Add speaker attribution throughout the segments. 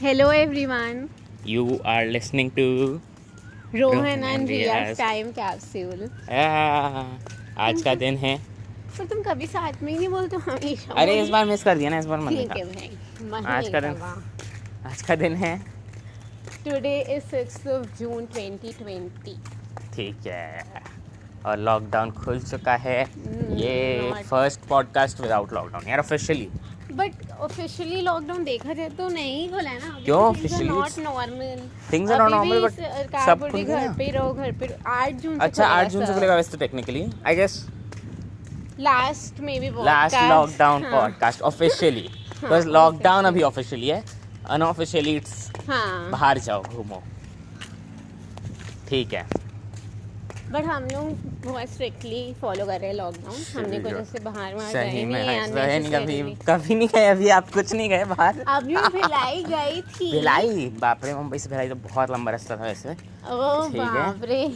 Speaker 1: Hello everyone.
Speaker 2: You are listening to
Speaker 1: Rohan and
Speaker 2: Riya's.
Speaker 1: Riya's time capsule.
Speaker 2: Ah, आज का दिन है
Speaker 1: पर तुम कभी साथ में ही नहीं बोलते हो, हमेशा
Speaker 2: अरे इस बार मिस कर दिया ना इस बार मन
Speaker 1: ठीक है
Speaker 2: नहीं
Speaker 1: भाई
Speaker 2: आज का दिन- था। आज का दिन है
Speaker 1: today is 6th of June 2020
Speaker 2: ठीक है और लॉकडाउन खुल चुका है
Speaker 1: Hmm,
Speaker 2: ये
Speaker 1: not-
Speaker 2: first podcast without lockdown यार ऑफिशियली
Speaker 1: बट ऑफिशियली लॉकडाउन देखा जाए तो नहीं खुला है ना तो
Speaker 2: क्यों officially?
Speaker 1: Not normal
Speaker 2: Things are not normal, but सब
Speaker 1: सब
Speaker 2: खुल गया
Speaker 1: घर
Speaker 2: ना?
Speaker 1: पे ही रहो घर पे रहो। 8 जून से
Speaker 2: अच्छा
Speaker 1: खुलेगा
Speaker 2: आठ जून से
Speaker 1: सब।
Speaker 2: खुलेगा वैसे तो टेक्निकली आई गेस
Speaker 1: लास्ट में भी
Speaker 2: लास्ट
Speaker 1: podcast।
Speaker 2: लॉकडाउन
Speaker 1: हाँ,
Speaker 2: पॉडकास्ट ऑफिशियली बस लॉकडाउन अभी ऑफिशियली है अनऑफिशियली इट्स
Speaker 1: हाँ
Speaker 2: बाहर जाओ घूमो ठीक है
Speaker 1: बट हम लोग बहुत स्ट्रिक्टली फॉलो कर रहे हैं लॉकडाउन हमने कुछ ऐसे बाहर वहाँ गए
Speaker 2: सही
Speaker 1: नहीं
Speaker 2: में
Speaker 1: है
Speaker 2: रहे नहीं कभी
Speaker 1: unnecessarily।
Speaker 2: कभी नहीं गए अभी आप कुछ नहीं गए बाहर
Speaker 1: अभी मैं भिलाई गई थी
Speaker 2: भिलाई बाप रे मुंबई से भिलाई तो बहुत लंबा रास्ता था वैसे
Speaker 1: ओ
Speaker 2: ठीक है।
Speaker 1: बाप रे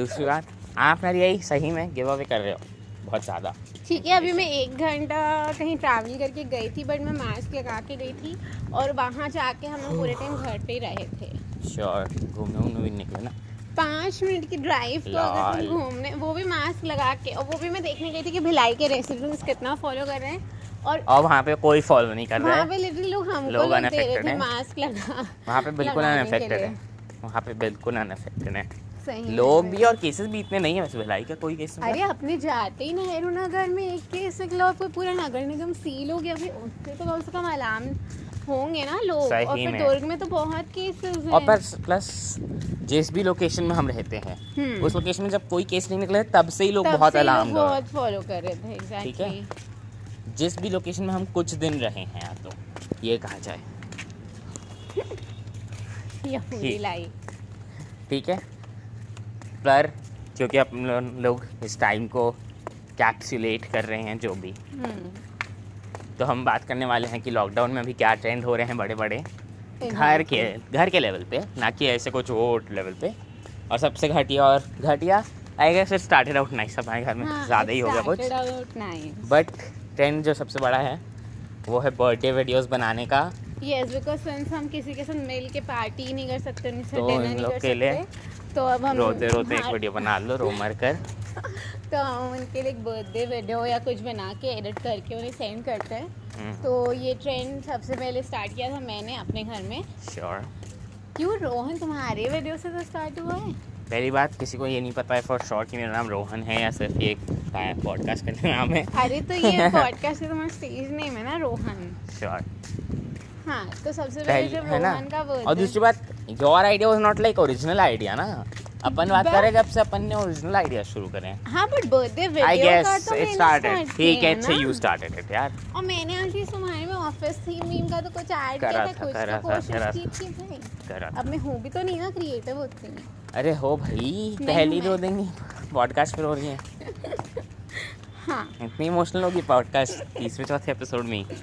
Speaker 2: दूसरी बात आप मेरी यही सही में गिव अवे कर रहे हो बहुत ज़्यादा
Speaker 1: ठीक है अभी मैं एक घंटा कहीं ट्रैवल करके गई थी बट मैं मास्क लगा के गई थी और वहाँ जाके हम लोग पूरे टाइम घर पे ही रहे थे
Speaker 2: श्योर घूमने घूमने भी निकले ना
Speaker 1: पाँच मिनट की ड्राइव तो अगर
Speaker 2: लाल।
Speaker 1: तुम घूमने वो भी मास्क लगा के और वो भी मैं देखने गई थी कि भिलाई के रेसिडेंट्स कितना फॉलो कर रहे हैं और
Speaker 2: और वहाँ पे कोई फॉलो नहीं कर रहा
Speaker 1: वहाँ
Speaker 2: है
Speaker 1: पे लिटरली लोग हमको
Speaker 2: लोग
Speaker 1: लोग दे रहे
Speaker 2: unaffected
Speaker 1: थे
Speaker 2: हैं।
Speaker 1: मास्क लगा
Speaker 2: वहाँ पे बिल्कुल
Speaker 1: लगाने के
Speaker 2: अनफेक्टेड
Speaker 1: लिए। हम्म,
Speaker 2: है वहाँ पे बिल्कुल अनफेक्टेड है
Speaker 1: सही में।
Speaker 2: लोग भी और केसेस भी इतने नहीं है वैसे भिलाई का कोई केस
Speaker 1: अरे अपने जाते ही नेहरू नगर में एक केस निकला और फिर पूरा नगर निगम सील हो गया फिर उससे तो कम से कम अलार्म होंगे ना लोग
Speaker 2: सही
Speaker 1: और फिर
Speaker 2: में।
Speaker 1: दुर्ग में तो बहुत केसेस हैं
Speaker 2: और पर प्लस जिस भी लोकेशन में हम रहते हैं
Speaker 1: हम्म।
Speaker 2: उस लोकेशन में जब कोई केस नहीं निकला है, तब से ही लोग
Speaker 1: तब
Speaker 2: बहुत
Speaker 1: से लोग
Speaker 2: अलार्म
Speaker 1: बहुत फॉलो कर रहे थे एग्जैक्टली
Speaker 2: ठीक है? जिस भी लोकेशन में हम कुछ दिन रहे हैं या तो ये कहा जाए
Speaker 1: ये पूरी
Speaker 2: ठीक।
Speaker 1: लाइफ
Speaker 2: ठीक है पर क्योंकि हम लो- लोग इस टाइम को कैप्सुलेट कर रहे हैं जो भी तो हम बात करने वाले हैं कि लॉकडाउन में अभी क्या ट्रेंड हो रहे हैं बड़े बड़े घर के घर के लेवल पे ना कि ऐसे कुछ वो लेवल पे और सबसे घटिया और घटिया I guess it started out nice हमारे घर में
Speaker 1: हाँ,
Speaker 2: ज़्यादा ही हो गया कुछ
Speaker 1: कुछ
Speaker 2: बट ट्रेंड जो सबसे बड़ा है वो है बर्थडे वीडियोस बनाने का
Speaker 1: यस बिकॉज सिंस हम किसी के साथ मिल के पार्टी ही नहीं कर सकते उनसे
Speaker 2: तो
Speaker 1: डिनर
Speaker 2: इन
Speaker 1: नहीं
Speaker 2: लोग
Speaker 1: कर
Speaker 2: के लिए
Speaker 1: सकते तो अब हम
Speaker 2: रोते रोते एक
Speaker 1: हाँ,
Speaker 2: वीडियो बना लो रो मर कर
Speaker 1: तो हम उनके लिए एक बर्थडे वीडियो या कुछ बना के एडिट करके उन्हें सेंड करते हैं
Speaker 2: हम्म,
Speaker 1: तो ये ट्रेंड सबसे पहले स्टार्ट किया था मैंने अपने घर में
Speaker 2: श्योर
Speaker 1: क्यों रोहन तुम्हारे वीडियो से तो स्टार्ट हुआ है
Speaker 2: पहली बात किसी को ये नहीं पता है फॉर श्योर कि मेरा नाम रोहन है या सिर्फ ये एक पॉडकास्ट का नाम है
Speaker 1: अरे तो ये पॉडकास्ट का तुम्हारा स्टेज नेम है ना रोहन
Speaker 2: श्योर
Speaker 1: हाँ तो सबसे पहले
Speaker 2: पहली
Speaker 1: जब
Speaker 2: है ना
Speaker 1: तो रोहन का
Speaker 2: और
Speaker 1: बर्थडे
Speaker 2: दूसरी बात your idea was not like original idea ना अपन बात
Speaker 1: बस।
Speaker 2: करें जब से अपन ने ओरिजिनल आइडिया शुरू करें
Speaker 1: हाँ बट बर्थडे
Speaker 2: आई
Speaker 1: वीडियो का
Speaker 2: गेस
Speaker 1: तो
Speaker 2: इट
Speaker 1: मैंने
Speaker 2: स्टार्टेड
Speaker 1: start
Speaker 2: ठीक है
Speaker 1: किया
Speaker 2: अच्छा
Speaker 1: ना।
Speaker 2: यू स्टार्टेड इट यार
Speaker 1: और मैंने आखिर तुम्हारे में ऑफिस थी मीम का तो कुछ ऐड किया
Speaker 2: करा
Speaker 1: था
Speaker 2: था,
Speaker 1: कुछ
Speaker 2: करा
Speaker 1: तो
Speaker 2: था,
Speaker 1: कोशिश
Speaker 2: करा
Speaker 1: की थी भाई
Speaker 2: करा
Speaker 1: अब मैं हूँ भी तो नहीं ना क्रिएटिव उतनी
Speaker 2: अरे हो भाई पहली
Speaker 1: मैं-
Speaker 2: रो देंगी पॉडकास्ट पर हो रही है
Speaker 1: हाँ
Speaker 2: इतनी इमोशनल होगी पॉडकास्ट तीसरे चौथे एपिसोड में ही।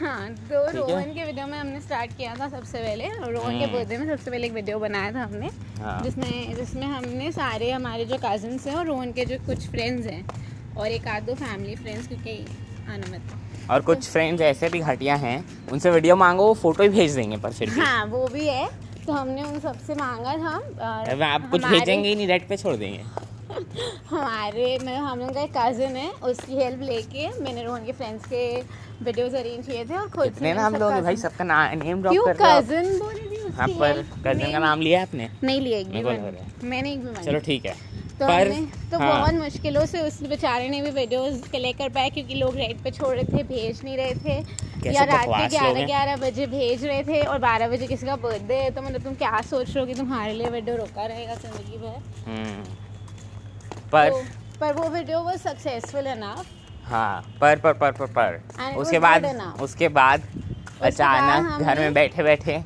Speaker 1: हाँ तो
Speaker 2: ठीक है।
Speaker 1: रोहन के वीडियो में हमने स्टार्ट किया था सबसे पहले और रोहन के
Speaker 2: हम्म।
Speaker 1: बर्थडे में सबसे पहले एक वीडियो बनाया था हमने
Speaker 2: हाँ।
Speaker 1: जिसमें जिसमें हमने सारे हमारे जो कजिन्स हैं और रोहन के जो कुछ फ्रेंड्स हैं और एक आध दो फैमिली फ्रेंड्स क्योंकि अनुमत
Speaker 2: और कुछ फ्रेंड्स ऐसे भी घटिया हैं उनसे वीडियो मांगो वो फोटो ही भेज देंगे पर फिर भी
Speaker 1: हाँ वो भी है तो हमने उन सबसे मांगा था और
Speaker 2: अब आप कुछ
Speaker 1: हमारे-
Speaker 2: भेजेंगे ही नहीं रेड पे छोड़ देंगे
Speaker 1: हमारे मतलब हम लोग का एक कजिन है उसकी हेल्प लेके मैंने रोहन के फ्रेंड्स के वीडियोस अरेंज किए थे और खुद
Speaker 2: इतने
Speaker 1: मैंने
Speaker 2: ना हम
Speaker 1: सब
Speaker 2: लोग हैं भाई
Speaker 1: cousins-
Speaker 2: सबका ना, नेम ड्रॉप
Speaker 1: क्यों
Speaker 2: कर रहे हो आप।
Speaker 1: कजिन बोल रही थी
Speaker 2: हाँ
Speaker 1: उसकी
Speaker 2: पर
Speaker 1: help
Speaker 2: कजन का
Speaker 1: नहीं-
Speaker 2: नाम लिया आपने
Speaker 1: नहीं लिया एक भी
Speaker 2: मेरे को लग रहा
Speaker 1: बन मैंने एक भी बन
Speaker 2: चलो ठीक है
Speaker 1: तो
Speaker 2: पर
Speaker 1: हमने तो
Speaker 2: हाँ,
Speaker 1: बहुत मुश्किलों से उस बेचारे ने भी वीडियोस कलेक्ट कर पाया क्योंकि लोग रेट पे छोड़ रहे थे भेज नहीं रहे थे
Speaker 2: कैसे
Speaker 1: या रात के
Speaker 2: बकवास लोग
Speaker 1: ग्यारह
Speaker 2: हैं।
Speaker 1: ग्यारह बजे भेज रहे थे और बारह बजे किसी का बर्थडे है तो मतलब तुम क्या सोच रहे हो कि तुम्हारे लिए वीडियो रोका रहेगा जिंदगी भर
Speaker 2: हम्म, पर
Speaker 1: तो- पर वो वीडियो वो सक्सेसफुल है ना
Speaker 2: हाँ पर पर पर पर
Speaker 1: And
Speaker 2: पर
Speaker 1: it
Speaker 2: उसके
Speaker 1: was
Speaker 2: बाद
Speaker 1: good enough.
Speaker 2: उसके बाद अचानक
Speaker 1: हमने-
Speaker 2: घर में बैठे बैठे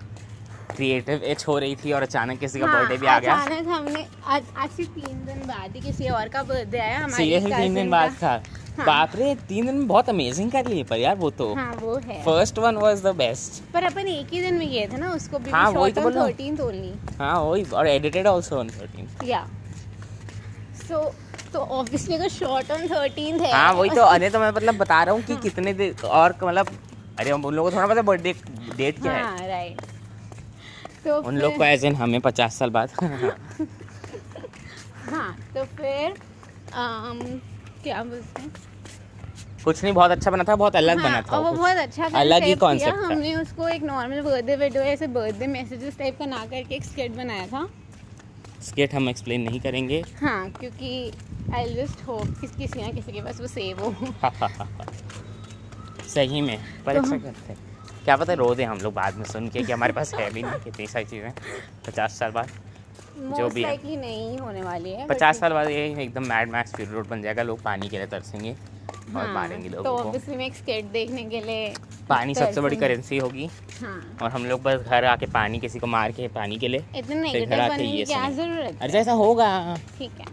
Speaker 2: क्रिएटिव एच हो रही थी और अचानक किसी का बर्थडे भी आ गया
Speaker 1: हाँ, अचानक हमने आज आज से तीन दिन बाद ही किसी और का बर्थडे आया हमारी
Speaker 2: सीरियसली तीन
Speaker 1: cousin
Speaker 2: दिन
Speaker 1: का।
Speaker 2: बाद था बाप रे तीन दिन में बहुत अमेजिंग कर लिए पर यार वो तो
Speaker 1: हाँ वो है
Speaker 2: first one was the best
Speaker 1: पर अपन एक ही दिन में गए थे ना उसको भी
Speaker 2: हाँ, वही
Speaker 1: शॉर्ट
Speaker 2: तो
Speaker 1: ऑन
Speaker 2: बोल रहा हूँ।
Speaker 1: थर्टीन ओनली
Speaker 2: हाँ वही और एडिटेड आल्सो ऑन 13
Speaker 1: या सो तो ऑब्वियसली अगर शॉर्ट ऑन थर्टीन है हाँ।
Speaker 2: हाँ वही तो अरे तो मैं मतलब बता रहा हूँ कि कितने दिन और क- मतलब अरे हम उन लोगों को थोड़ा पता बर्थडे डेट क्या है
Speaker 1: हाँ राइट तो
Speaker 2: उन लोग
Speaker 1: फिर-
Speaker 2: को एज एन हमें पचास साल बाद
Speaker 1: हाँ तो फिर अम, क्या बोलते हैं
Speaker 2: कुछ नहीं बहुत अच्छा बना था बहुत अलग
Speaker 1: हाँ,
Speaker 2: बना था
Speaker 1: और वो
Speaker 2: कुछ।
Speaker 1: बहुत अच्छा concept
Speaker 2: अलग ही
Speaker 1: किया।
Speaker 2: कॉन्सेप्ट था
Speaker 1: हमने उसको एक नॉर्मल बर्थडे वीडियो ऐसे बर्थडे मैसेजेस टाइप का ना करके एक स्केट बनाया था
Speaker 2: स्केट हम एक्सप्लेन नहीं करेंगे
Speaker 1: हाँ क्योंकि आई जस्ट होप किस किसी ना किसी के पास वो सेव हो
Speaker 2: सही में पर
Speaker 1: तो
Speaker 2: ऐसा
Speaker 1: हम-
Speaker 2: करते हैं क्या पता रो दें हम लोग बाद में सुन के कि हमारे पास है भी नहीं कितनी सारी चीज़ें पचास साल बाद
Speaker 1: मोस्ट
Speaker 2: भी है।
Speaker 1: लाइकली नहीं होने वाली है but-
Speaker 2: पचास साल बाद ये एकदम मैड मैक्स फ्यूरी रोड बन जाएगा लोग पानी के लिए तरसेंगे और
Speaker 1: हाँ,
Speaker 2: मारेंगे
Speaker 1: तो
Speaker 2: लोगों को
Speaker 1: ऑब्वियसली मैं एक स्केट देखने के लिए
Speaker 2: पानी सबसे बड़ी
Speaker 1: तरसूंगी।
Speaker 2: करेंसी होगी
Speaker 1: हाँ
Speaker 2: और हम लोग बस घर आके पानी किसी को मार के पानी के लिए
Speaker 1: इतना
Speaker 2: फिर
Speaker 1: नेगेटिव
Speaker 2: घर आके
Speaker 1: बनने की
Speaker 2: ये
Speaker 1: क्या
Speaker 2: सुनेंगे।
Speaker 1: जरूरत
Speaker 2: अरे
Speaker 1: है
Speaker 2: ऐसा होगा
Speaker 1: ठीक है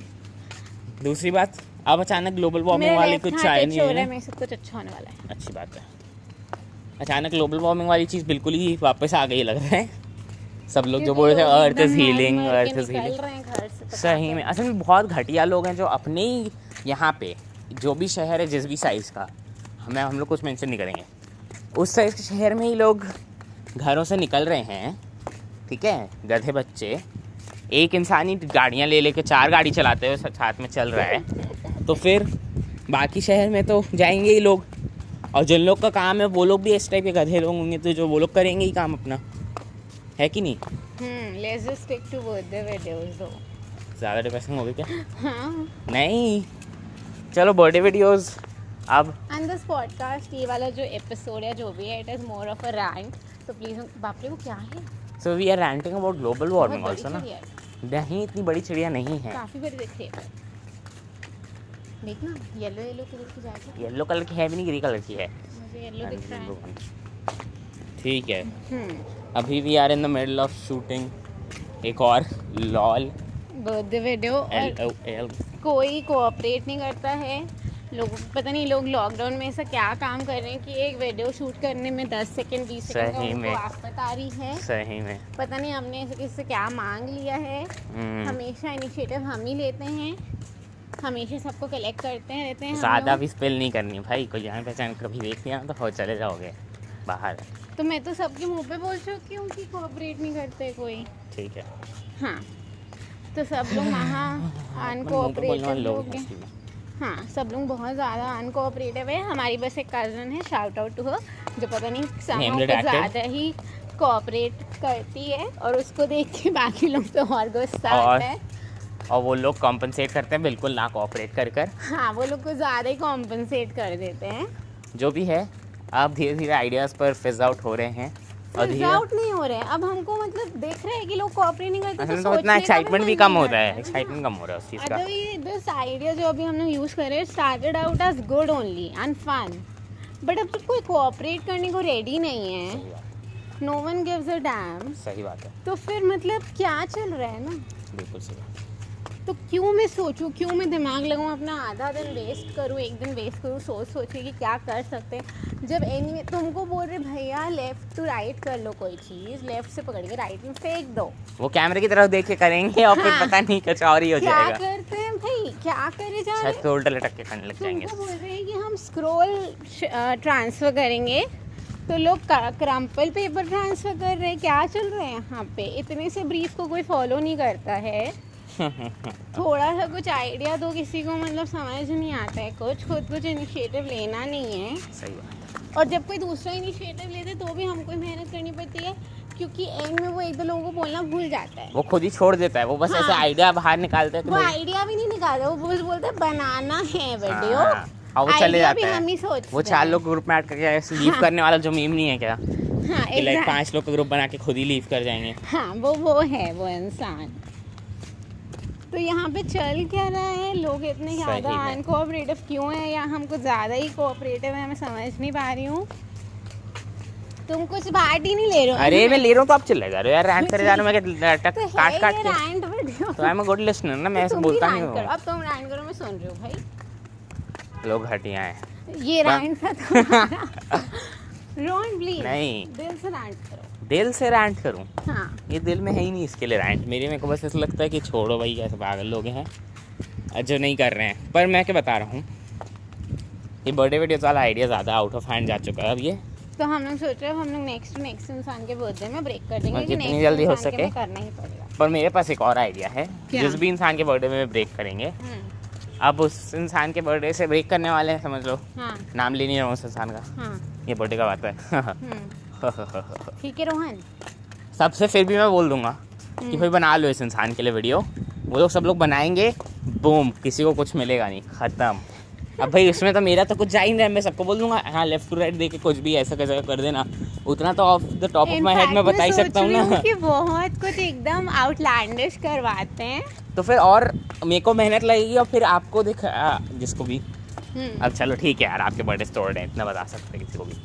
Speaker 2: दूसरी बात अब अचानक ग्लोबल वार्मिंग
Speaker 1: मेरा
Speaker 2: वाली
Speaker 1: left
Speaker 2: कुछ
Speaker 1: hand
Speaker 2: आए
Speaker 1: itch
Speaker 2: नहीं
Speaker 1: हो
Speaker 2: है
Speaker 1: रहा है
Speaker 2: ना?
Speaker 1: मेरे से कुछ अच्छा होने वाला है
Speaker 2: अच्छी बात है अचानक ग्लोबल वार्मिंग वाली चीज़ बिल्कुल ही वापस आ गई लग रहा है सब लोग जो
Speaker 1: क्योंकि
Speaker 2: बोल रहे थे
Speaker 1: लोग
Speaker 2: अर्थ इज
Speaker 1: तो एकदम
Speaker 2: हीलिंग
Speaker 1: मर-मर के
Speaker 2: अर्थ इज
Speaker 1: निकल
Speaker 2: हीलिंग
Speaker 1: रहे हैं घर से पता
Speaker 2: सही
Speaker 1: नहीं।
Speaker 2: में असल में बहुत घटिया लोग हैं जो अपने ही यहाँ पे जो भी शहर है जिस भी साइज़ का हमें हम लोग कुछ मेंशन नहीं करेंगे उस साइज़ के शहर में ही लोग घरों से निकल रहे हैं ठीक है गधे बच्चे एक इंसान ही गाड़ियाँ ले लेके चार गाड़ी चलाते हुए सा- साथ में चल रहा है तो फिर बाकी शहर में तो जाएंगे ही लोग और जिन लोग का काम है वो लोग भी इस टाइप के गधे लोग होंगे तो जो वो लोग करेंगे ही काम अपना है कि नहीं
Speaker 1: hmm let's just stick to birthday videos दो
Speaker 2: ज़्यादा डिप्रेसिंग हो गई क्या
Speaker 1: हाँ
Speaker 2: नहीं चलो बर्थडे वीडियोस अब
Speaker 1: एंड दिस पॉडकास्ट ये वाला जो एपिसोड है जो भी है it is more of a rant तो प्लीज बाप रे वो क्या है
Speaker 2: so we are ranting about global
Speaker 1: बहुत
Speaker 2: वार्मिंग
Speaker 1: बड़ी हाँ।
Speaker 2: ऑल्सो ना हाँ।
Speaker 1: सी है।
Speaker 2: नहीं इतनी बड़ी चिड़िया नहीं है
Speaker 1: काफी बड़ी दिख रही है देखना येलो येलो कलर की जाएगा
Speaker 2: येलो कलर की है भी नहीं ग्रे कलर की है
Speaker 1: मुझे येलो दिख रहा है
Speaker 2: ठीक है
Speaker 1: हम्म
Speaker 2: अभी we are in the middle of shooting एक और लॉल
Speaker 1: बर्थडे वीडियो
Speaker 2: एल
Speaker 1: और
Speaker 2: एल
Speaker 1: कोई कोऑपरेट नहीं करता है लोग पता नहीं लोग लॉकडाउन में ऐसा क्या काम कर रहे हैं कि एक वीडियो शूट करने में 10 सेकंड 20 सेकंड का
Speaker 2: सही
Speaker 1: उनको
Speaker 2: में।
Speaker 1: आफत आ रही है
Speaker 2: सही में
Speaker 1: पता नहीं हमने इस- इससे क्या मांग लिया है
Speaker 2: हम्म,
Speaker 1: हमेशा इनिशिएटिव हम ही लेते हैं हमेशा सबको कलेक्ट करते हैं रहते हैं हम
Speaker 2: ज़्यादा
Speaker 1: लोग।
Speaker 2: भी स्पेल नहीं करनी भाई कोई जान पहचान कभी देख लिया ना तो हो चले जाओगे बाहर
Speaker 1: तो मैं तो सबके मुंह पे बोल चुकी हूँ कि कोऑपरेट नहीं करते कोई
Speaker 2: ठीक है
Speaker 1: हाँ तो सब लोग वहाँ
Speaker 2: मुंह पे तो बोलने
Speaker 1: अनकोऑपरेटिव
Speaker 2: वाले लोग
Speaker 1: लोग
Speaker 2: हैं
Speaker 1: हैं
Speaker 2: actually।
Speaker 1: हाँ सब लोग बहुत ज़्यादा अनकोऑपरेटिव है हमारी बस एक कज़न है शाउट आउट टू हर जो पता नहीं
Speaker 2: Name
Speaker 1: somehow कुछ
Speaker 2: redacted.
Speaker 1: ज़्यादा ही कोऑपरेट करती है और उसको देख के बाकी लोग तो और गुस्सा
Speaker 2: और-
Speaker 1: आता है
Speaker 2: और वो लोग कॉम्पनसेट करते हैं बिल्कुल ना कोऑपरेट कर कर
Speaker 1: हाँ वो लोग को ज़्यादा ही कॉम्पनसेट कर देते हैं
Speaker 2: जो भी है आप धीरे धीरे आइडियाज़ पर फिज आउट हो रहे हैं और
Speaker 1: फिर
Speaker 2: धीरे
Speaker 1: आउट नहीं हो रहे हैं अब हमको मतलब देख रहे हैं कि लोग कोऑपरेट नहीं करते
Speaker 2: असल में तो इतना एक्साइटमेंट भी कम होता है एक्साइटमेंट कम हो रहा है उस चीज़ का
Speaker 1: अदरवाइज दिस आइडिया जो अभी हमने यूज करे started out as good only and fun but अब तो कोई कोऑपरेट करने को रेडी नहीं है
Speaker 2: सही बात
Speaker 1: no one gives a damn
Speaker 2: सही बात है
Speaker 1: तो फिर मतलब क्या चल रहा है ना
Speaker 2: बिल्कुल सही बात
Speaker 1: तो क्यों मैं सोचूं क्यों मैं दिमाग लगाऊं अपना आधा दिन वेस्ट करूं एक दिन वेस्ट करूं सोच सोच के कि क्या कर सकते हैं जब एनी तुमको बोल रहे भैया लेफ्ट टू राइट कर लो कोई चीज़ लेफ्ट से पकड़ के राइट में फेंक दो
Speaker 2: वो कैमरे की तरफ देख के करेंगे और फिर
Speaker 1: हाँ।
Speaker 2: पता नहीं कुछ और ही हो
Speaker 1: क्या
Speaker 2: जाएगा
Speaker 1: करते हैं भाई क्या करे जा रहे
Speaker 2: छत पे उल्टा लटक के खाने लग जाएंगे
Speaker 1: तुमको तो बोल रहे हैं कि हम स्क्रॉल ट्रांसफर करेंगे तो लोग क्रम्पल पेपर ट्रांसफर कर रहे हैं क्या चल रहा है यहाँ पे इतने से ब्रीफ को कोई फॉलो नहीं करता है थोड़ा सा कुछ आइडिया दो किसी को मतलब समझ नहीं आता है कुछ खुद कुछ इनिशिएटिव लेना नहीं है
Speaker 2: सही बात
Speaker 1: और जब कोई दूसरा इनिशिएटिव लेते हैं, तो भी हमको ही मेहनत करनी पड़ती है क्योंकि एंड में वो एक दो लोगों को बोलना भूल जाता है
Speaker 2: वो खुद ही छोड़ देता है वो बस ऐसे
Speaker 1: हाँ।
Speaker 2: आइडिया बाहर तो निकालता है कि
Speaker 1: वो
Speaker 2: भाई
Speaker 1: आइडिया भी नहीं निकालता वो बस बोलता है बनाना है वीडियो
Speaker 2: हाँ। और वो चले
Speaker 1: Idea भी
Speaker 2: जाते
Speaker 1: हम ही
Speaker 2: हैं
Speaker 1: सोचते
Speaker 2: वो चार
Speaker 1: हैं।
Speaker 2: लोग ग्रुप में ऐड करके लीव करने वाला जो मीम नहीं है क्या कि
Speaker 1: हाँ
Speaker 2: लाइक
Speaker 1: exact-
Speaker 2: पांच लोग का ग्रुप बना के खुद ही लीव कर जाएंगे
Speaker 1: हाँ वो वो है वो इंसान तो यहाँ पे चल क्या रहा है लोग इतने
Speaker 2: सही
Speaker 1: ज़्यादा
Speaker 2: में।
Speaker 1: अनकोऑपरेटिव क्यों है या हम कुछ ज़्यादा ही कोऑपरेटिव है मैं समझ नहीं पा रही हूँ तुम कुछ पार्ट ही नहीं ले रहे हो
Speaker 2: अरे मैं ले रहा हूँ तो आप चले जा रहे हो यार रैंट करे जा रहे हो मैं क्या- टक-
Speaker 1: तो
Speaker 2: काट
Speaker 1: है
Speaker 2: काट
Speaker 1: ये
Speaker 2: के
Speaker 1: rant video।
Speaker 2: तो आई एम गुड लिसनर ना मैं
Speaker 1: तो
Speaker 2: ऐसे
Speaker 1: तुम भी
Speaker 2: बोलता नहीं
Speaker 1: rant करो
Speaker 2: हूँ
Speaker 1: अब तुम रैंट करो मैं सुन रही हूँ भाई
Speaker 2: लोग हटिया हैं
Speaker 1: ये
Speaker 2: बा-
Speaker 1: रैंट था तुम्हारा रोन प्लीज
Speaker 2: नहीं।
Speaker 1: दिल से रैंट करो
Speaker 2: दिल से रैंट करूँ
Speaker 1: हाँ
Speaker 2: ये दिल में है ही नहीं इसके लिए रैंट मेरे मेरे को बस ऐसा लगता है कि छोड़ो भाई ऐसे पागल लोग हैं और जो नहीं कर रहे हैं पर मैं क्या बता रहा हूँ ये बर्थडे वीडियोज वाला आइडिया ज़्यादा आउट ऑफ हैंड जा चुका है अब ये
Speaker 1: तो हम लोग सोच रहे हैं हम लोग नेक्स्ट नेक्स्ट इंसान के बर्थडे में ब्रेक कर देंगे
Speaker 2: और
Speaker 1: लेकिन
Speaker 2: जितनी
Speaker 1: next
Speaker 2: हाँ, जल्दी हो
Speaker 1: इंसान के
Speaker 2: सके।
Speaker 1: में करना ही पड़ेगा
Speaker 2: पर मेरे पास एक और आइडिया है
Speaker 1: क्या?
Speaker 2: जिस भी इंसान के बर्थडे में ब्रेक करेंगे
Speaker 1: हम्म,
Speaker 2: आप उस इंसान के बर्थडे से ब्रेक करने वाले हैं समझ लो
Speaker 1: हाँ
Speaker 2: नाम ले नहीं रहा हूँ उस इंसान का
Speaker 1: हाँ
Speaker 2: ये बर्थडे का बात है
Speaker 1: हम्म, ठीक है रोहन
Speaker 2: सबसे फिर भी मैं बोल दूंगा
Speaker 1: हम्म।
Speaker 2: कि भाई बना लो इस इंसान के लिए वीडियो वो लोग सब लोग बनाएंगे बूम किसी को कुछ मिलेगा नहीं ख़त्म अब भाई उसमें तो मेरा तो कुछ जा ही नहीं रहा है, मैं सबको बोल दूंगा हाँ लेफ्ट टू राइट देके कुछ भी ऐसा कैसा कर देना उतना तो off the top of my head
Speaker 1: Impact
Speaker 2: में बता ही
Speaker 1: सोच
Speaker 2: सकता हूँ
Speaker 1: रही
Speaker 2: ना
Speaker 1: कि बहुत कुछ एकदम आउटलैंडिश करवाते हैं
Speaker 2: तो फिर और मेरे को मेहनत लगेगी और फिर आपको दिख आ, जिसको भी
Speaker 1: हम्म,
Speaker 2: अब चलो ठीक है यार आपके बर्थडे स्टोर है इतना बता सकते हैं किसी को भी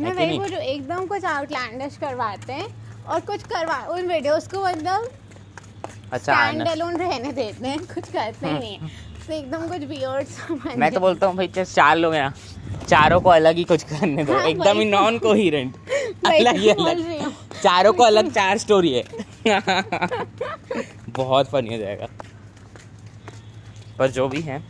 Speaker 1: मैं
Speaker 2: है कि
Speaker 1: वही
Speaker 2: नहीं?
Speaker 1: बोल रही हूँ, एकदम कुछ आउटलैंडिश करवाते हैं और कुछ करवा उन वीडियोस को मतलब
Speaker 2: अच्छा
Speaker 1: स्टैंड
Speaker 2: आना
Speaker 1: अलोन रहने देते हैं कुछ करते ही नहीं हैं। तो एकदम कुछ बियर्ड समझ
Speaker 2: हम्म। मैं तो बोलता हूँ भाई चल चार लोग हैं ना चारों को अलग ही कुछ करने दो
Speaker 1: हाँ,
Speaker 2: एकदम ही
Speaker 1: वही।
Speaker 2: नॉन कोहिरेंट
Speaker 1: वही
Speaker 2: अलग ही
Speaker 1: तो बोल रही
Speaker 2: अलग
Speaker 1: हूँ।
Speaker 2: चारों को अलग चार स्टोरी है बहुत फनी हो जाएगा पर जो भी है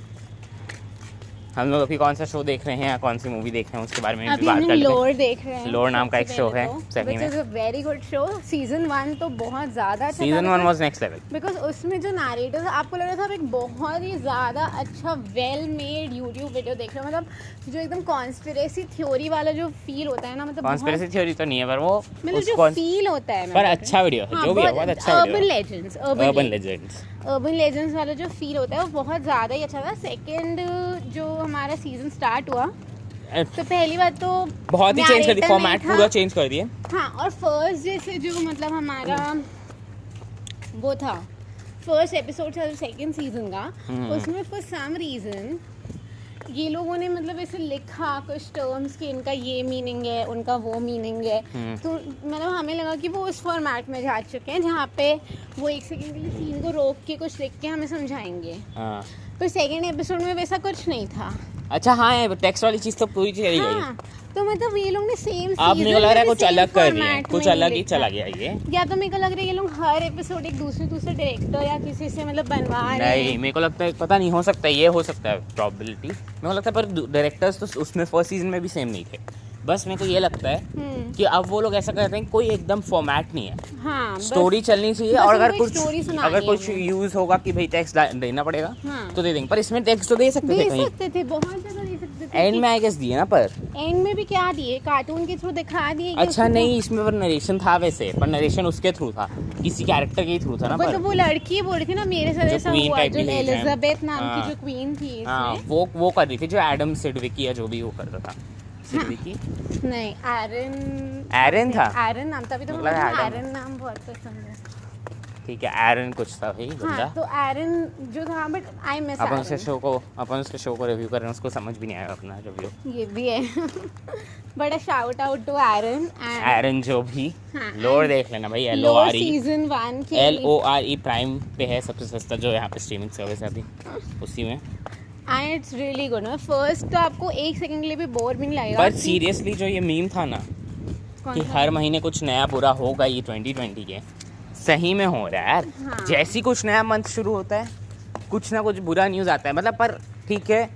Speaker 2: हम लोग अभी कौन सा शो देख रहे हैं या कौन सी मूवी देख रहे हैं उसके बारे में भी
Speaker 1: अभी
Speaker 2: बात
Speaker 1: हम
Speaker 2: कर लेते हैं
Speaker 1: लोर देख रहे हैं
Speaker 2: लोर नाम का एक show है, सही
Speaker 1: विच
Speaker 2: में।
Speaker 1: Is a very good show season one तो बहुत ज्यादा अच्छा
Speaker 2: season one was next level
Speaker 1: because उसमें जो नारेटर था आपको लग रहा था आप एक बहुत ही ज़्यादा अच्छा वेल मेड यूट्यूब वीडियो देख रहे हो मतलब जो एकदम कॉन्स्पिरेसी थ्योरी वाला जो फील होता है ना मतलब बहुत-
Speaker 2: कॉन्स्पिरेसी थ्योरी तो नहीं है पर वो
Speaker 1: मतलब
Speaker 2: उस
Speaker 1: जो
Speaker 2: कौन-
Speaker 1: फील होता है मैं
Speaker 2: पर
Speaker 1: बता रही
Speaker 2: अच्छा
Speaker 1: हूँ।
Speaker 2: वीडियो है
Speaker 1: हाँ,
Speaker 2: जो भी है बहुत अच्छा
Speaker 1: urban
Speaker 2: video
Speaker 1: legends
Speaker 2: urban
Speaker 1: urban
Speaker 2: legends
Speaker 1: urban legends वाला जो फील होता है वो बहुत ज़्यादा ही अच्छा था सेकंड जो हमारा सीजन स्टार्ट हुआ तो पहली बार तो
Speaker 2: बहुत ही चेंज कर
Speaker 1: narrator
Speaker 2: दी
Speaker 1: नहीं
Speaker 2: फॉर्मेट
Speaker 1: था।
Speaker 2: पूरा चेंज कर दिया
Speaker 1: हाँ और फर्स्ट जैसे जो मतलब हमारा वो था फर्स्ट एपिसोड था सेकंड सीजन का
Speaker 2: हम्म।
Speaker 1: उसमें फॉर सम रीज़न ये लोगों ने मतलब ऐसे लिखा कुछ टर्म्स कि इनका ये मीनिंग है उनका वो मीनिंग है
Speaker 2: हम्म।
Speaker 1: तो मतलब हमें लगा कि वो उस फॉर्मेट में जा चुके हैं जहाँ पे वो एक सेकंड के लिए सीन को रोक के कुछ लिख के हमें समझाएंगे
Speaker 2: हाँ
Speaker 1: पर सेकंड एपिसोड में वैसा कुछ नहीं था
Speaker 2: अच्छा हाँ यार टेक्स्ट वाली चीज तो पूरी चली गई
Speaker 1: हाँ तो मतलब ये लोग ने सेम
Speaker 2: आप मेरे को लग रहा
Speaker 1: तो
Speaker 2: है कुछ अलग कर रही है कुछ अलग ही चला गया ये
Speaker 1: या तो मेरे को लग रहा है ये लोग हर एपिसोड एक दूसरे दूसरे डायरेक्टर या किसी से मतलब बनवा रहे
Speaker 2: नहीं
Speaker 1: हैं
Speaker 2: मेरे को लगता है पता नहीं हो सकता है ये हो सकता है प्रॉबिलिटी मेरे को लगता है पर डायरेक्टर्स तो उसमें फर्स्ट सीजन में भी सेम नहीं थे बस मेरे को ये लगता है
Speaker 1: हम्म,
Speaker 2: कि अब वो लोग ऐसा करते हैं कोई एकदम फॉर्मेट नहीं है
Speaker 1: हाँ बस-
Speaker 2: स्टोरी चलनी चाहिए
Speaker 1: बस
Speaker 2: और अगर
Speaker 1: उनको एक
Speaker 2: कुछ
Speaker 1: story सुनानी
Speaker 2: अगर
Speaker 1: है
Speaker 2: कुछ
Speaker 1: हमें।
Speaker 2: यूज होगा कि भाई टैक्स देना पड़ेगा
Speaker 1: हाँ।
Speaker 2: तो दे देंगे पर इसमें टैक्स तो दे सकते थे
Speaker 1: दे
Speaker 2: कहीं
Speaker 1: सकते थे बहुत ज्यादा दे सकते थे
Speaker 2: एंड में आई गेस दिए ना पर
Speaker 1: एंड में भी क्या दिए कार्टून के थ्रू दिखा दिए कि
Speaker 2: अच्छा
Speaker 1: उसको-
Speaker 2: नहीं इसमें पर नरेशन था वैसे पर नरेशन उसके थ्रू था किसी कैरेक्टर के थ्रू था ना
Speaker 1: वो
Speaker 2: पर
Speaker 1: तो वो लड़की बोल रही थी ना मेरे साथ
Speaker 2: जो
Speaker 1: ऐसा
Speaker 2: queen
Speaker 1: हुआ
Speaker 2: type
Speaker 1: जो
Speaker 2: की थी,
Speaker 1: एलिजाबेथ नाम
Speaker 2: हाँ।
Speaker 1: की जो क्वीन थी
Speaker 2: हाँ
Speaker 1: इसमें
Speaker 2: वो वो कर रही थी जो एडम सिडविकी या जो भी वो करता था
Speaker 1: हाँ।
Speaker 2: सिडविकी
Speaker 1: नहीं एरन
Speaker 2: एरन था
Speaker 1: एरन नाम था अभी तो
Speaker 2: मुझे
Speaker 1: मुझे
Speaker 2: लगा Aaron।
Speaker 1: एरन नाम बहुत पसंद है
Speaker 2: ठीक है एरन कुछ था भाई
Speaker 1: हाँ
Speaker 2: बंदा
Speaker 1: तो एरन जो था बट आई मिस
Speaker 2: अपन उसके शो को अपन उसके शो को रिव्यू कर रहे हैं उसको समझ भी नहीं आया अपना रिव्यू
Speaker 1: ये भी है बड़ा shout out to Aaron
Speaker 2: Aaron जो भी
Speaker 1: हाँ,
Speaker 2: लोअर
Speaker 1: and-
Speaker 2: देख लेना भाई L O
Speaker 1: lower
Speaker 2: R E
Speaker 1: season one के
Speaker 2: L O R E prime E पे है सबसे सस्ता जो यहाँ पे स्ट्रीमिंग सर्विस है अभी उसी में
Speaker 1: एंड इट्स रियली गुड ना फर्स्ट तो आपको एक सेकंड के लिए भी बोर भी नहीं लगेगा
Speaker 2: पर
Speaker 1: कि-
Speaker 2: सीरियसली जो ये मीम था ना
Speaker 1: कौन
Speaker 2: कि हाँ,
Speaker 1: सा?
Speaker 2: हर महीने कुछ नया पूरा होगा ये 2020 के सही में हो रहा है यार
Speaker 1: हाँ।
Speaker 2: जैसी कुछ नया मंथ शुरू होता है कुछ ना कुछ बुरा न्यूज़ आता है मतलब पर ठीक है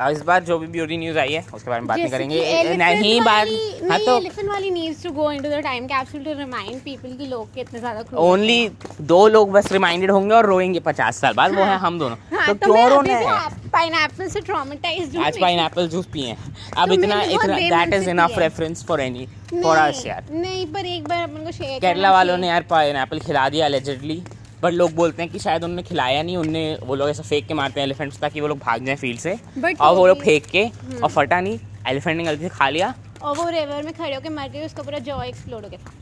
Speaker 2: आ, इस बार जो भी ब्यूटी न्यूज़ आई है उसके बारे में बात नहीं
Speaker 1: जैसे
Speaker 2: करेंगे
Speaker 1: कि
Speaker 2: ए- ए-
Speaker 1: elephant
Speaker 2: नहीं बात
Speaker 1: वाली-
Speaker 2: हाँ
Speaker 1: नहीं,
Speaker 2: तो
Speaker 1: elephant वाली needs to go into the time capsule to remind people कि लोग कितने ज्यादा cruel हैं।
Speaker 2: ओनली दो लोग बस रिमाइंडेड होंगे और रोएंगे पचास साल बाद वो है हम दोनों
Speaker 1: हाँ,
Speaker 2: तो
Speaker 1: तो
Speaker 2: क्यों
Speaker 1: मैं
Speaker 2: रोना
Speaker 1: अभी भी
Speaker 2: है
Speaker 1: आप- pineapple से traumatized हूँ
Speaker 2: आज
Speaker 1: मैं।
Speaker 2: पाइन एप्पल जूस पिए अब
Speaker 1: तो
Speaker 2: इतना
Speaker 1: मैंने बहुत
Speaker 2: इतना
Speaker 1: बेमन
Speaker 2: दैट इज
Speaker 1: से
Speaker 2: इनफ
Speaker 1: पिया है।
Speaker 2: रेफरेंस फॉर एनी फॉर
Speaker 1: नहीं,
Speaker 2: अस यार
Speaker 1: नहीं पर एक बार अपन को शेयर
Speaker 2: केरला वालों ने यार पाइन खिला दिया एलिजिडली बट लोग बोलते हैं कि शायद उन्होंने खिलाया नहीं उनने वो लोग ऐसा फेंक के मारते हैं एलिफेंट्स ताकि वो लोग भाग जाएं फील्ड से
Speaker 1: But हम्म।
Speaker 2: और वो
Speaker 1: वो
Speaker 2: लोग
Speaker 1: भी-
Speaker 2: फेंक के और फटा नहीं एलिफेंट ने गलती से खा लिया
Speaker 1: और वो रिवर में खड़े होके मर गए उसका पूरा जॉय एक्सप्लोड हो गया था।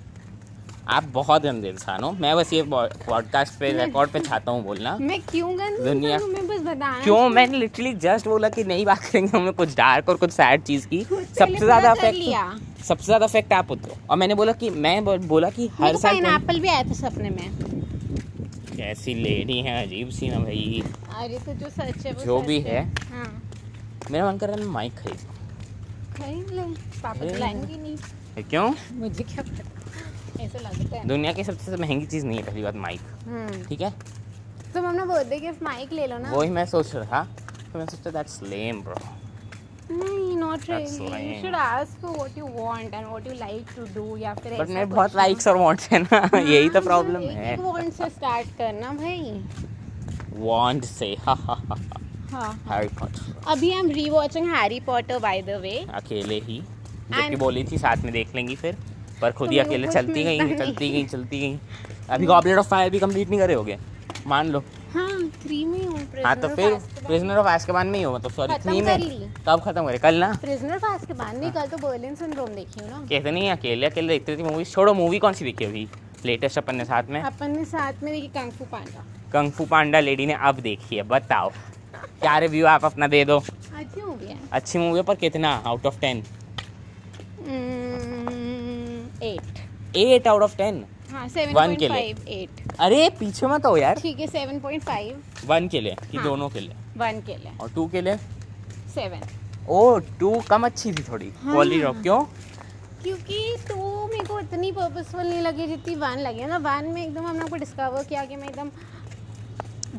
Speaker 2: आप बहुत गंदे इंसान हो मैं बस ये पॉडकास्ट पे रिकॉर्ड पे चाहता हूँ बोलना
Speaker 1: मैं क्यों गंदी
Speaker 2: दुनिया-
Speaker 1: हूँ, मैं बस बताना
Speaker 2: क्यों मैंने लिटरली जस्ट बोला कि नहीं बात करेंगे हम लोग कुछ डार्क और कुछ सैड चीज़ की सबसे
Speaker 1: पूरा
Speaker 2: ज़्यादा
Speaker 1: कर लिया।
Speaker 2: अफेक्ट सबसे ज़्यादा अफेक्ट आप होते हो और मैंने बोला कि मैं बो- बोला कि हर
Speaker 1: मेरे
Speaker 2: साल तो-
Speaker 1: पाइनएप्पल भी आया था सपने में
Speaker 2: कैसी लेडी है अजीब सी ना भाई
Speaker 1: अरे तो जो सच है वो
Speaker 2: जो
Speaker 1: सच
Speaker 2: भी है।
Speaker 1: हाँ
Speaker 2: मेरा मन कर रहा है मैं माइक खरीदूं
Speaker 1: खरीद ले पापा
Speaker 2: अरे।
Speaker 1: तो लाएंगे नहीं
Speaker 2: क्यों
Speaker 1: मुझे क्या पता ऐसा लगता है
Speaker 2: दुनिया की सबसे महंगी चीज़ नहीं है पहली बात माइक
Speaker 1: हम्म
Speaker 2: ठीक है
Speaker 1: तुम अपना बर्थडे गिफ्ट माइक ले लो ना
Speaker 2: वही मैं सोच रहा था तो मैं सोचा दैट्स लेम ब्रो
Speaker 1: नहीं not
Speaker 2: That's
Speaker 1: really
Speaker 2: lame.
Speaker 1: You should ask for what you want and what you like to do या फिर
Speaker 2: बट
Speaker 1: ऐसा
Speaker 2: मैं
Speaker 1: कुछ
Speaker 2: बहुत
Speaker 1: ना।
Speaker 2: लाइक्स और वॉन्ट्स है ना यही तो
Speaker 1: हाँ,
Speaker 2: प्रॉब्लम
Speaker 1: एक-
Speaker 2: है
Speaker 1: एक want से स्टार्ट करना भाई
Speaker 2: वॉन्ट से
Speaker 1: हाँ
Speaker 2: हैरी पॉटर
Speaker 1: अभी I am rewatching Harry Potter by the way
Speaker 2: अकेले ही जबकि
Speaker 1: And-
Speaker 2: बोली थी साथ में देख लेंगी फिर पर खुद ही
Speaker 1: तुम्हें
Speaker 2: अकेले
Speaker 1: कुछ
Speaker 2: चलती गई
Speaker 1: मिलता
Speaker 2: चलती
Speaker 1: नहीं।
Speaker 2: गई चलती गई अभी गॉबलेट ऑफ फायर भी कंप्लीट नहीं करे होगे मान लो
Speaker 1: हाँ थ्री में हूँ
Speaker 2: हाँ तो फिर प्रिजनर ऑफ एस्केबान में ही हो मतलब सॉरी
Speaker 1: खत्म
Speaker 2: थ्री
Speaker 1: कर
Speaker 2: में
Speaker 1: ली।
Speaker 2: कब खत्म करे कल ना
Speaker 1: प्रिजनर फास्ट के बाद नहीं कल तो बर्लिन सिंड्रोम देखी हो ना
Speaker 2: कहते नहीं अकेले अकेले देखते थे मूवी छोड़ो मूवी कौन सी देखी अभी लेटेस्ट अपन ने साथ में
Speaker 1: अपन ने साथ में देखी Kung Fu Panda
Speaker 2: Kung Fu Panda lady ने अब देखी है बताओ क्या रिव्यू आप अपना दे दो
Speaker 1: अच्छी मूवी है
Speaker 2: अच्छी मूवी है पर कितना out of ten
Speaker 1: Mm, eight
Speaker 2: eight out of ten
Speaker 1: हाँ सेवन
Speaker 2: One
Speaker 1: पॉइंट
Speaker 2: के लिए।
Speaker 1: फाइव एट
Speaker 2: अरे पीछे मत हो यार
Speaker 1: ठीक है सेवन पॉइंट फाइव
Speaker 2: वन के लिए कि
Speaker 1: हाँ।
Speaker 2: दोनों के लिए
Speaker 1: वन के लिए
Speaker 2: और टू के लिए
Speaker 1: सेवन
Speaker 2: ओ टू कम अच्छी थी थोड़ी
Speaker 1: हाँ।
Speaker 2: क्वालिटी ऑफ क्यों
Speaker 1: क्योंकि टू मेरे को इतनी पर्पसफुल नहीं लगी जितनी वन लगी है ना वन में एकदम हमने आपको डिस्कवर किया कि मैं एकदम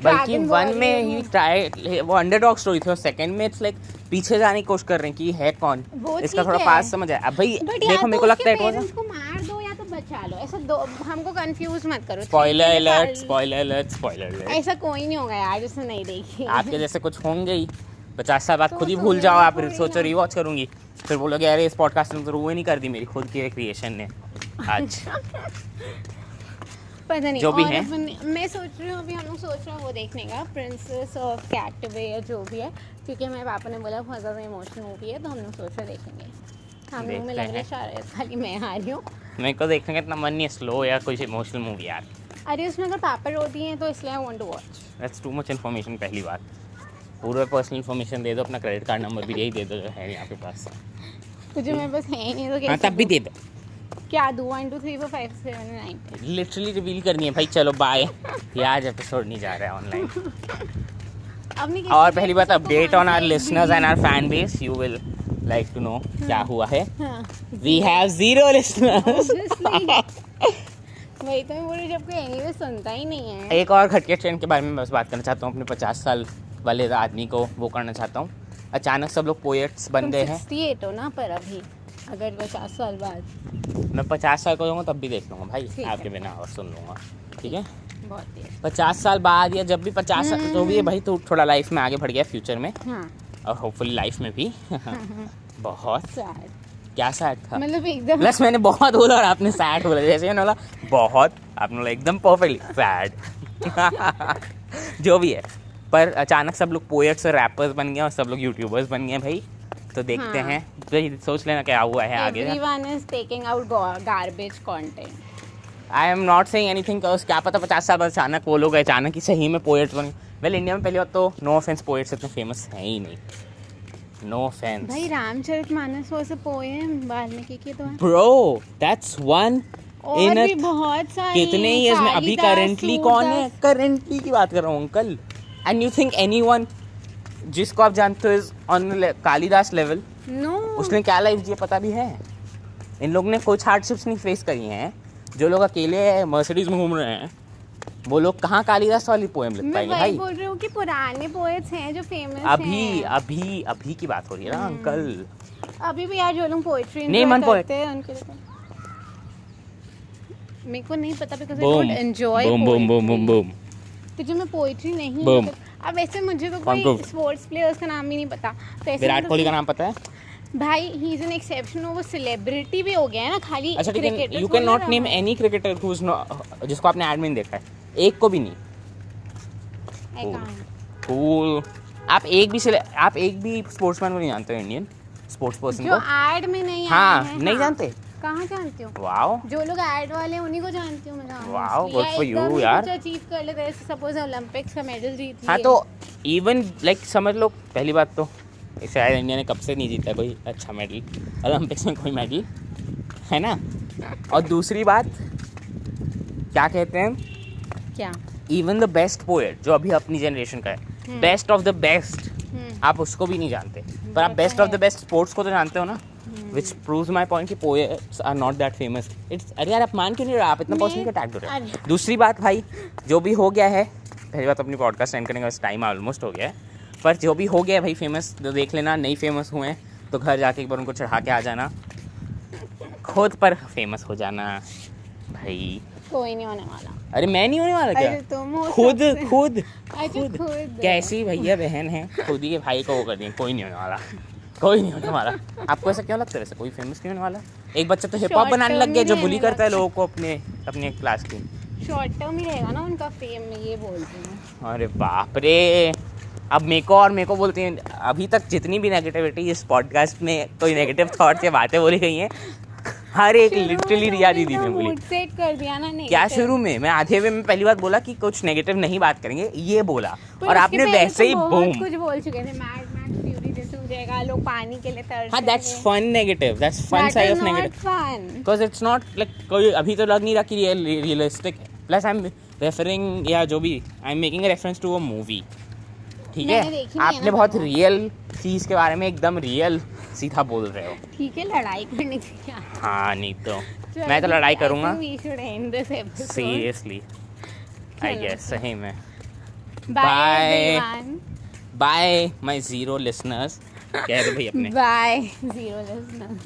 Speaker 2: बल्कि
Speaker 1: Dragon
Speaker 2: वन
Speaker 1: Ball
Speaker 2: में
Speaker 1: ही
Speaker 2: ही ट्राई वो अंडरडॉग स्टोरी थी और सेकंड में इट्स लाइक पीछे जाने की कोशिश कर रहे हैं कि है कौन
Speaker 1: वो
Speaker 2: इसका
Speaker 1: ठीक
Speaker 2: थोड़ा
Speaker 1: है।
Speaker 2: पास समझ आया अब भाई
Speaker 1: बट या
Speaker 2: देखो
Speaker 1: तो
Speaker 2: मेरे को लगता है इट वाज
Speaker 1: पेरेंट्स को मार दो या तो बचा लो ऐसा दो हमको कंफ्यूज मत करो
Speaker 2: स्पॉइलर
Speaker 1: ठीक है,
Speaker 2: अलर्ट
Speaker 1: फाल-
Speaker 2: स्पॉइलर अलर्ट स्पॉइलर अलर्ट
Speaker 1: ऐसा कोई नहीं होगा यार जिसने नहीं देखी
Speaker 2: आपके जैसे कुछ होंगे ही पचास साल बाद
Speaker 1: तो
Speaker 2: खुद ही
Speaker 1: तो
Speaker 2: भूल
Speaker 1: मैं
Speaker 2: जाओ आप
Speaker 1: भूल
Speaker 2: सोचो
Speaker 1: गई।
Speaker 2: रिवॉच करूंगी फिर बोलोगे अरे इस पॉडकास्ट ने तो रूह नहीं कर दी मेरी खुद की क्रिएशन ने आज
Speaker 1: पता नहीं
Speaker 2: जो भी
Speaker 1: और
Speaker 2: है।
Speaker 1: अपन- मैं सोच रही हूँ अभी हम लोग सोच रहे हैं वो देखने का प्रिंसेस ऑफ कैटवे या जो भी है क्योंकि मेरे पापा ने बोला बहुत ज़्यादा इमोशनल मूवी है तो हम लोग सोच रहे हैं देखेंगे हम लोग
Speaker 2: देखते
Speaker 1: में लग रहा
Speaker 2: हैं।
Speaker 1: है शायद खाली मैं आ रही हूँ
Speaker 2: मेरे को देखने का इतना मन नहीं है स्लो या कुछ इमोशनल मूवी यार
Speaker 1: अरे उसमें अगर पापा रोती हैं तो इसलिए I want to watch
Speaker 2: that's too much information पहली बार पूरा पर्सनल इन्फॉर्मेशन दे दो अपना क्रेडिट कार्ड नंबर भी यही दे दो जो है नहीं आपके पास
Speaker 1: तुझे मेरे पास है ही नहीं तो
Speaker 2: हाँ
Speaker 1: कैसे
Speaker 2: तब भी
Speaker 1: दूँ?
Speaker 2: दे दो
Speaker 1: क्या दो one two three four five seven nine
Speaker 2: literally reveal करनी है भाई चलो बाय ये आज एपिसोड नहीं जा रहा है ऑनलाइन
Speaker 1: आपने किसी
Speaker 2: और
Speaker 1: को
Speaker 2: पहली बात
Speaker 1: किसी को
Speaker 2: अपडेट
Speaker 1: कौन
Speaker 2: ऑन आर
Speaker 1: सा-
Speaker 2: listeners and our fan base you will like to know क्या हुआ है
Speaker 1: हाँ
Speaker 2: we have zero listeners
Speaker 1: obviously. वही तो मैं बोल रही हूँ, जब कोई एनीवे सुनता ही नहीं है
Speaker 2: एक और खटके ट्रेंड के बारे में बस बात करना चाहता हूँ अपने पचास साल वाले आदमी को वो करना चाहता हूँ अचानक सब लोग पोएट्स बन गए हैं
Speaker 1: 68 हो ना पर अभी अगर पचास साल बाद
Speaker 2: मैं पचास साल का होऊंगा तब भी देख लूंगा भाई
Speaker 1: ठीक है।
Speaker 2: आपके बिना और सुन लूंगा ठीक है
Speaker 1: बहुत देर
Speaker 2: पचास साल बाद या जब भी पचास साल जो भी
Speaker 1: हम्म।
Speaker 2: है भाई तो थोड़ा लाइफ में आगे बढ़ गया फ्यूचर में
Speaker 1: हाँ
Speaker 2: और होपफुली लाइफ में भी बहुत
Speaker 1: सैड
Speaker 2: क्या सैड था
Speaker 1: मतलब एकदम
Speaker 2: प्लस मैंने बहुत बोला और आपने सैड बोला जैसे मैंने बोला बहुत आपने बोला एकदम परफेक्टली सैड जो भी है पर अचानक सब लोग पोएट्स और रैपर्स बन गए और सब लोग यूट्यूबर्स बन गए भाई तो देखते
Speaker 1: हाँ।
Speaker 2: हैं तो सोच लेना क्या हुआ है आगे
Speaker 1: everyone is taking out garbage content
Speaker 2: I am not saying anything cause क्या पता पचास साल बाद अचानक वो लोग अचानक ही सही में पोएट्स बन वेल इंडिया में पहली बात तो नो ऑफेंस पोएट्स इतने फेमस हैं ही नहीं नो ऑफेंस
Speaker 1: भाई रामचरितमानस वो सब पोएम वाल्मीकि के तो हैं
Speaker 2: ब्रो दैट्स वन
Speaker 1: और
Speaker 2: इन
Speaker 1: भी बहुत सारे
Speaker 2: कितने ईयर्स में अभी
Speaker 1: कालिदास,
Speaker 2: करेंटली कौन है
Speaker 1: सूरदास।
Speaker 2: करेंटली की बात कर रहा हूँ uncle and you think anyone जिसको आप जानते हो is on Kalidas level
Speaker 1: no
Speaker 2: उसने क्या लाइफ जी पता भी है इन लोग ने कुछ हार्डशिप्स नहीं फेस करी हैं जो लोग अकेले मर्सिडीज में घूम रहे हैं वो लोग कहाँ कालिदास वाली पोएम लिख
Speaker 1: मैं
Speaker 2: पाएंगे
Speaker 1: वही
Speaker 2: भाई
Speaker 1: बोल रही हूँ कि पुराने पोएट्स हैं जो फेमस
Speaker 2: अभी अभी अभी की बात हो रही है ना
Speaker 1: Hmm.
Speaker 2: अंकल
Speaker 1: अभी भी यार जो लोग पोएट्री
Speaker 2: नहीं, मन poet.
Speaker 1: करते हैं उनके लिए तो- मेरे को नहीं पता because I don't enjoy
Speaker 2: boom boom boom boom boom
Speaker 1: तो जो मैं पोएट्री नहीं
Speaker 2: Boom.
Speaker 1: अब वैसे मुझे तो
Speaker 2: कौन को?
Speaker 1: कोई स्पोर्ट्स प्लेयर्स का नाम भी नहीं पता तो ऐसे
Speaker 2: विराट
Speaker 1: मतलब-
Speaker 2: कोहली का नाम पता है
Speaker 1: भाई ही इज एन एक्सेप्शन वो सेलिब्रिटी भी हो गया है ना खाली
Speaker 2: अच्छा ठीक है
Speaker 1: cricketers
Speaker 2: यू कैन
Speaker 1: थोड़ी
Speaker 2: नॉट
Speaker 1: ना
Speaker 2: नेम
Speaker 1: रहा है।
Speaker 2: एनी क्रिकेटर जिसको आपने एडमिन देखा है एक को भी नहीं
Speaker 1: I can't.
Speaker 2: कूल आप एक भी sele- आप एक भी स्पोर्ट्समैन को नहीं जानते हो इंडियन स्पोर्ट्स पर्सन
Speaker 1: जो
Speaker 2: को
Speaker 1: एड में नहीं आए
Speaker 2: हाँ,
Speaker 1: हैं,
Speaker 2: नहीं जानते?
Speaker 1: कहाँ जानती हो
Speaker 2: वाओ
Speaker 1: जो लोग एड वाले हैं, उन्हीं को जानती हूँ मैं honestly।
Speaker 2: Wow, good
Speaker 1: या
Speaker 2: for you,
Speaker 1: एकदम ही
Speaker 2: यार।
Speaker 1: कुछ अचीव कर लेते हैं सपोज ओलंपिक्स का मेडल जीत
Speaker 2: हाँ
Speaker 1: लिए।
Speaker 2: तो इवन लाइक समझ लो पहली बात तो शायद इंडिया ने कब से नहीं जीता कोई अच्छा मेडल ओलंपिक्स में कोई मेडल है ना और दूसरी बात क्या कहते हैं
Speaker 1: क्या
Speaker 2: इवन द बेस्ट पोएट जो अभी अपनी जनरेशन का है बेस्ट ऑफ द बेस्ट
Speaker 1: हम्म,
Speaker 2: Mm-hmm. आप उसको भी नहीं जानते पर आप
Speaker 1: वो तो
Speaker 2: बेस्ट ऑफ द
Speaker 1: है।
Speaker 2: बेस्ट स्पोर्ट्स को तो जानते हो ना
Speaker 1: Mm-hmm.
Speaker 2: Which proves my point कि poets are not that famous it's अरे यार आप मान क्यों नहीं रहे आप इतना
Speaker 1: मैं-
Speaker 2: पर्सन अटैक हो रहे हो
Speaker 1: अरे।
Speaker 2: तो दूसरी बात भाई जो भी हो गया है पहली बात अपनी पॉडकास्ट एंड करने का टाइम ऑलमोस्ट हो गया है पर जो भी हो गया भाई फेमस तो देख लेना नहीं फेमस हुए हैं तो घर जाके एक बार उनको चढ़ा के आ जाना खुद पर फेमस हो जाना भाई
Speaker 1: कोई नहीं होने वाला
Speaker 2: अरे मैं नहीं होने वाला
Speaker 1: अरे तो तुम हो
Speaker 2: क्या खुद
Speaker 1: सबसे-
Speaker 2: खुद
Speaker 1: अच्छा खुद
Speaker 2: कैसी भैया बहन है खुद ही के भाई को वो कर दिए कोई नहीं होने वाला कोई नहीं होने वाला आपको ऐसा क्यों लगता है ऐसा कोई फेमस नहीं होने वाला एक बच्चा तो हिप हॉप
Speaker 1: Short
Speaker 2: बनाने लग
Speaker 1: term
Speaker 2: गया जो
Speaker 1: ही
Speaker 2: बुली
Speaker 1: रहने
Speaker 2: करता है लोगों को अपने अपने क्लास की
Speaker 1: शॉर्ट टर्म ही रहेगा ना उनका फेम में ये बोलती हूँ
Speaker 2: अरे बाप रे अब मेको और मेको बोलते हैं अभी तक जितनी भी नेगेटिविटी इस पॉडकास्ट में कोई नेगेटिव थॉट या बातें बोली गई हैं हर एक लिटरली
Speaker 1: तो
Speaker 2: रिया दीदी ने बोली
Speaker 1: सेट कर दिया ना नहीं तो
Speaker 2: क्या शुरू में मैं आधे वे में पहली बार बोला कि कुछ नेगेटिव नहीं बात करेंगे ये बोला
Speaker 1: पर
Speaker 2: और
Speaker 1: उसके
Speaker 2: आपने
Speaker 1: पहले
Speaker 2: वैसे
Speaker 1: तो
Speaker 2: ही
Speaker 1: बहुत
Speaker 2: बूम
Speaker 1: कुछ बोल चुके थे मैड मैड फ्यूरी जैसे हो जाएगा लोग पानी के लिए तरस
Speaker 2: हाँ that's fun negative that's fun side of negative
Speaker 1: fun
Speaker 2: because it's not like कोई अभी तो लग नहीं रहा कि real realistic plus I am referring या जो भी I am making reference to a movie ठीक
Speaker 1: मैंने
Speaker 2: है
Speaker 1: देखी नहीं है
Speaker 2: आपने
Speaker 1: ना
Speaker 2: बहुत
Speaker 1: वो।
Speaker 2: रियल चीज़ के बारे में एकदम रियल सीधा बोल रहे हो
Speaker 1: ठीक है लड़ाई करने की क्या
Speaker 2: हाँ नहीं तो मैं तो लड़ाई करूँगा
Speaker 1: we should end this episode
Speaker 2: seriously I
Speaker 1: चलो।
Speaker 2: गेस सही में
Speaker 1: bye
Speaker 2: Bye.
Speaker 1: Everyone
Speaker 2: bye my zero listeners कह दो भाई अपने
Speaker 1: बाय जीरो लिसनर